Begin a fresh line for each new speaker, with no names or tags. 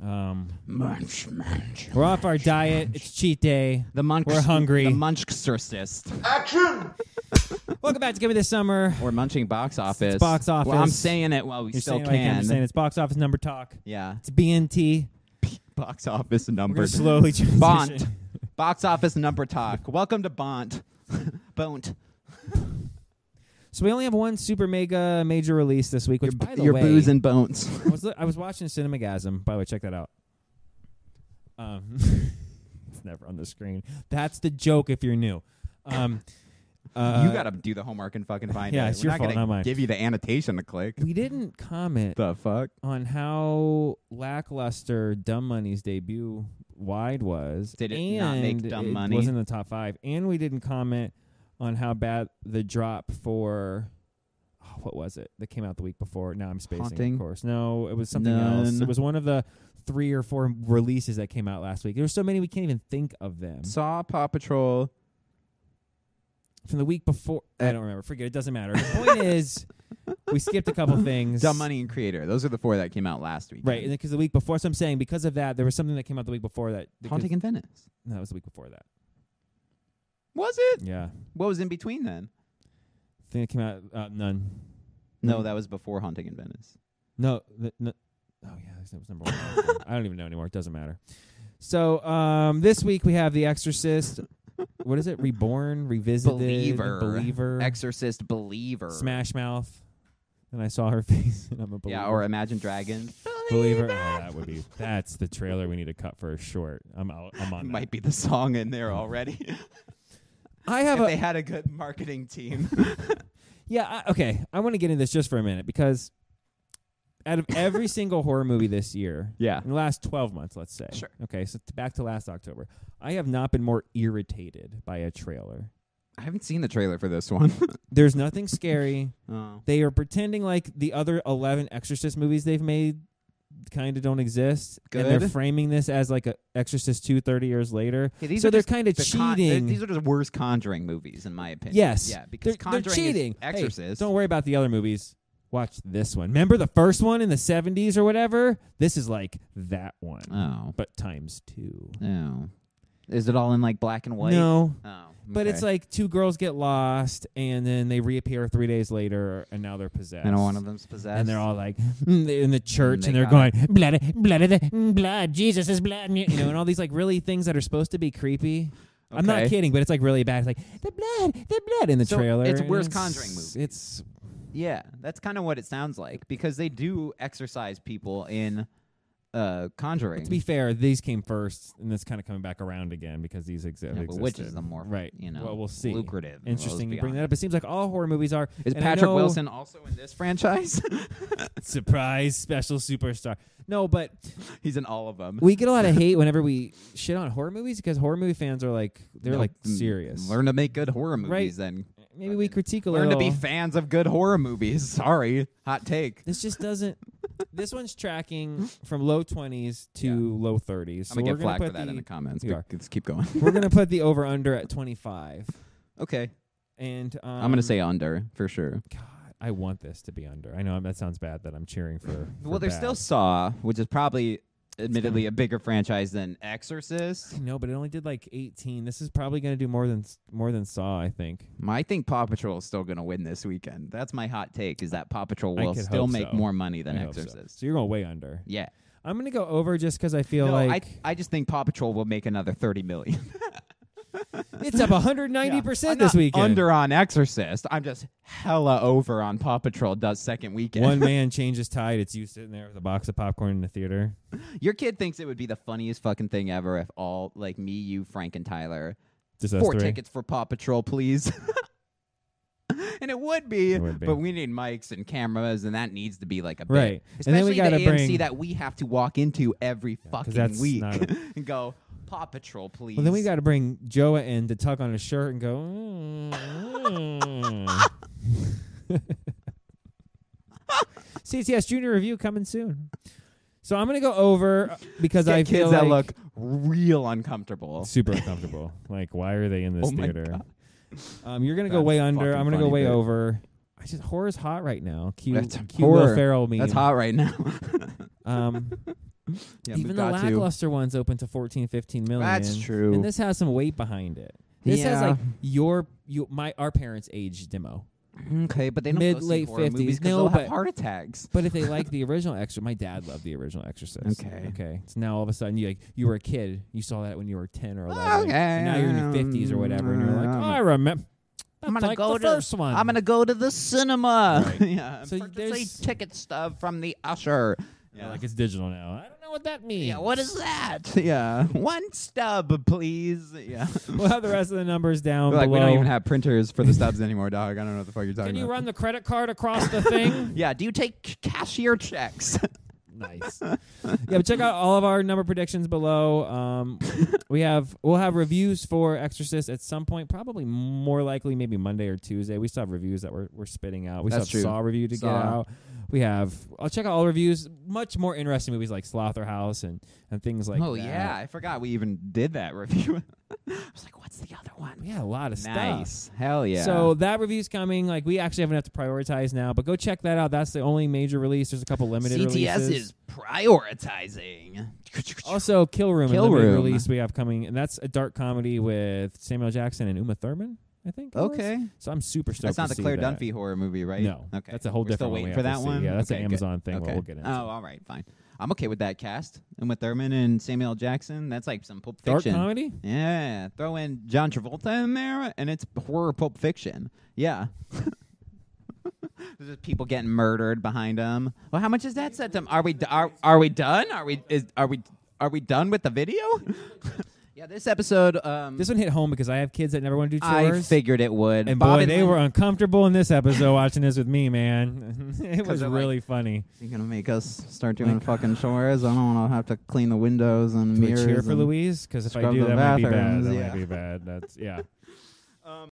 Um,
Munch, munch.
we're off our diet. It's cheat day.
The munch.
We're hungry.
The munch exorcist
Welcome back to Give Me This Summer.
or munching box office.
box
Well, I'm
office.
saying it while we
You're
still
saying it like I'm
can.
saying it's box office number talk.
yeah.
It's BNT.
Box office
We're gonna
number.
slowly transition.
Bont. box office number talk. Welcome to Bont. Bont.
So we only have one super mega major release this week. Which by the
Your
way,
booze and bones.
I was, I was watching Cinemagasm. By the way, check that out. Um, it's never on the screen. That's the joke. If you're new, um, uh,
you gotta do the homework and fucking find
yeah,
it.
it's
We're
your
not
fault,
gonna
not mine.
give you the annotation to click.
We didn't comment
The fuck?
on how lackluster Dumb Money's debut wide was.
Did it
and
not make Dumb
it
Money?
wasn't in the top five. And we didn't comment on how bad the drop for oh, what was it that came out the week before? Now I'm spacing,
Haunting?
of course. No, it was something else.
None.
It was one of the three or four releases that came out last week. There were so many we can't even think of them
Saw Paw Patrol.
from the week before. I
Uh,
don't remember. Forget it. Doesn't matter. The point is, we skipped a couple things.
Dumb Money and Creator. Those are the four that came out last week.
Right, because the week before, so I'm saying because of that, there was something that came out the week before that. because-
Haunting in Venice.
No, it was the week before that.
Was it?
Yeah.
What was in between then?
Thing that came out, uh, none. Mm-hmm.
No, that was before Haunting in Venice.
No, the, no. Oh, yeah, that was number one. I don't even know anymore. It doesn't matter. So, um, this week we have The Exorcist. What is it? Reborn, Revisited,
Believer.
Believer,
Exorcist Believer.
Smash Mouth. And I saw her face, and I'm a believer.
Yeah, or Imagine Dragons.
believer. Oh, that would be. That's the trailer we need to cut for a short. I'm out. I'm on. that.
Might be the song in
Mm.
there already.
I have
if
a.
they had a good marketing team.
Yeah, I, okay. I want to get into this just for a minute because out of every single horror movie this year,
Yeah.
in the last 12 months, let's say.
Sure.
Okay, so t- back to last October. I have not been more irritated by a trailer.
I haven't seen the trailer for this one.
There's nothing scary.
oh.
They are pretending like the other 11 Exorcist movies they've made kind of don't exist and they're
Good.
framing this as like a Exorcist 2 30 years later.
Hey, these
so
are
they're
just
kind of
the con- they're-
cheating.
these are just worse Conjuring movies, in my opinion.
Yes.
Yeah,
they're,
because
they're
Conjuring
cheating.
is Exorcist.
Hey, don't worry about the other movies. Watch this one. Remember the first one in the 70s or whatever? This is like that one,
oh.
but times two.
Oh. Is it all in like black and white?
No.
Oh.
But it's
okay.
like two girls get lost and then they reappear three days later and now they're possessed.
and one of them's possessed.
And they're all like mm, they're in the church
they
and, they're
got
going, blood, blood, of the- mm, blood, Jesus is blood. You know, and all these like really things that are supposed to be creepy. I'm not
Okay.
kidding, but it's like really bad. It's like the blood, the blood in the
So,
trailer.
it's
and
worse
it's-
Conjuring movie.
It's
Yeah, that's kind of what it sounds like because they do exercise people in uh conjuring.
To be fair, these came first, and it's kind of coming back around again because these exi-
Yeah, but
existed.
which is the more
right?
you know
well, we'll see.
lucrative.
Interesting you
Let's be
bring that up.
honest.
It seems like all horror movies are.
Is
and I
Patrick
know-
Wilson also in this franchise?
surprise special superstar? No, but
He's in all of them.
we get a lot of hate whenever we shit on horror movies because horror movie fans are like they're
No,
like
m-
serious.
Learn to make good horror movies
Right.
then.
Maybe we
fucking
critique a
Learn to
little.
be fans of good horror movies. Sorry, hot take.
this just doesn't. this one's tracking from low twenties to low thirties. So
I'm
we're
gonna get
gonna
flagged
put
for that in the
the,
comments.
You
but
are.
Let's keep going.
we're gonna put the over under at twenty five,
okay,
and um,
I'm gonna say under for sure.
God, I want this to be under. I know um, that sounds bad that I'm cheering for.
Well, there's still
bad.
Saw, which is probably admittedly a bigger franchise than Exorcist.
no, but it only did like 18. This is probably going to do more than more than Saw. I think.
I think Paw Patrol is still going to win this weekend. That's my hot take: is that Paw Patrol
I
will
could
still
hope
make
so.
more money than
I hope so.
Exorcist.
So you're going way under.
Yeah,
I'm going to go over just because I feel
no,
like
I I just think Paw Patrol will make another thirty million.
it's up 190
I'm
percent
not
this weekend.
Under on Exorcist, I'm just hella over on Paw Patrol. Does second weekend.
One man changes tide. It's you sitting there with a box of popcorn in the theater.
Your kid thinks it would be the funniest fucking thing ever if all like me, you, Frank, and Tyler
Just us
four
three.
tickets for Paw Patrol, please. And it would, be,
It would be.
but we need mics and cameras, and that needs to be like a bit.
Right. And
Especially
then we
got
gotta
the AMC
bring-
that we have to walk into every
'cause
fucking
that's
week
not a-
and go Paw Patrol, please.
Well, then we got to bring Joa in to tug on his shirt and go. "Mm." CTS Junior Review coming soon. So I'm gonna go over uh, because
Get
I
kids
feel
that
like
look real uncomfortable.
super uncomfortable. like, why are they in this
Oh my
theater? Um, you're gonna go
That's
way under.
fucking
I'm gonna go
funny,
way
dude.
over. I just horror's hot right now. Cue,
That's
cue Will
horror.
Ferrell meme.
That's hot right now.
Um,
Yeah,
Even the
Mugatu.
lackluster one's open to 14, 15 million.
That's true.
And this has some weight behind it. This has
Yeah.
like your you my our parents' age demo.
okay, but they don't
mid,
go see
late
horror
50s.
movies 'cause
No,
they'll
but-
have heart attacks.
But if they like the original Exorcist, my dad loved the original Exorcist.
Okay.
Okay. So now all of a sudden you like you were a kid, you saw that when you were ten or eleven.
Okay,
And now you're in your fifties or whatever, and you're like,
um,
oh, I remember.
I'm
That's
gonna
like
go
the
to-
first one.
I'm gonna go to the cinema. yeah,
So
so
there's-
ticket stuff from the usher.
Yeah, Like it's digital now. I don't know what that means.
Yeah, what is that? Yeah, one stub, please. Yeah,
We'll have the rest of the numbers down
like
below.
we don't even have printers for the stubs anymore, dog. I don't know what the fuck you're talking
Can you
about.
run the credit card across the thing?
yeah, do you take c- cashier checks?
nice. Yeah, but check out all of our number predictions below. Um, we have we'll have reviews for Exorcist at some point, probably more likely maybe Monday or Tuesday. We still have reviews that we're we're spitting out. We
That's
still
true.
have Saw review to get
Saw.
out. We have I'll check out all reviews. Much more interesting movies like Slaughterhouse and and things like
oh
that.
yeah, I forgot we even did that review. I was like, what's the other one?
We had a lot of
nice,
stuff.
hell yeah.
So that review's coming. Like we actually haven't have to prioritize now, but go check that out. That's the only major release. There's a couple limited
CTS
releases.
is prioritizing.
Also, Kill Room,
Kill
Kill Room.
Room.
release we have coming, and that's a dark comedy with Samuel Jackson and Uma Thurman, I think. it was.
okay,
So I'm super stoked.
that's not
to
the
see
Claire
that.
Dunphy horror movie, right?
No.
okay,
That's a whole
We're
different
Still
one we
waiting
have
for
to
that
see.
one.
Yeah, that's
Okay,
an
good.
Amazon thing.
Okay.
We'll, we'll get into.
Oh, all right, fine. I'm okay with that cast and with Thurman and Samuel Jackson. That's like some Pulp
dark
Fiction.
comedy.
Yeah, throw in John Travolta in there, and it's horror Pulp Fiction. Yeah. There's just people getting murdered behind them. Well, how much is that set to? Are we are, are we done? Are we is are we are we done with the video? yeah, this episode. Um,
This one hit home because I have kids that never want to do
I
chores.
figured it would.
and
Bob
boy, they
Lynn-
were uncomfortable in this episode watching this with me, man. it
'Cause
was
they're like-
really funny.
You're gonna make us start doing fucking chores. I don't want to have to clean the windows and
Do we
mirrors.
cheer for
and-
Louise because if I
scrub
do,
the
that might be bad.
bathrooms,
That
yeah.
might be bad. That's yeah.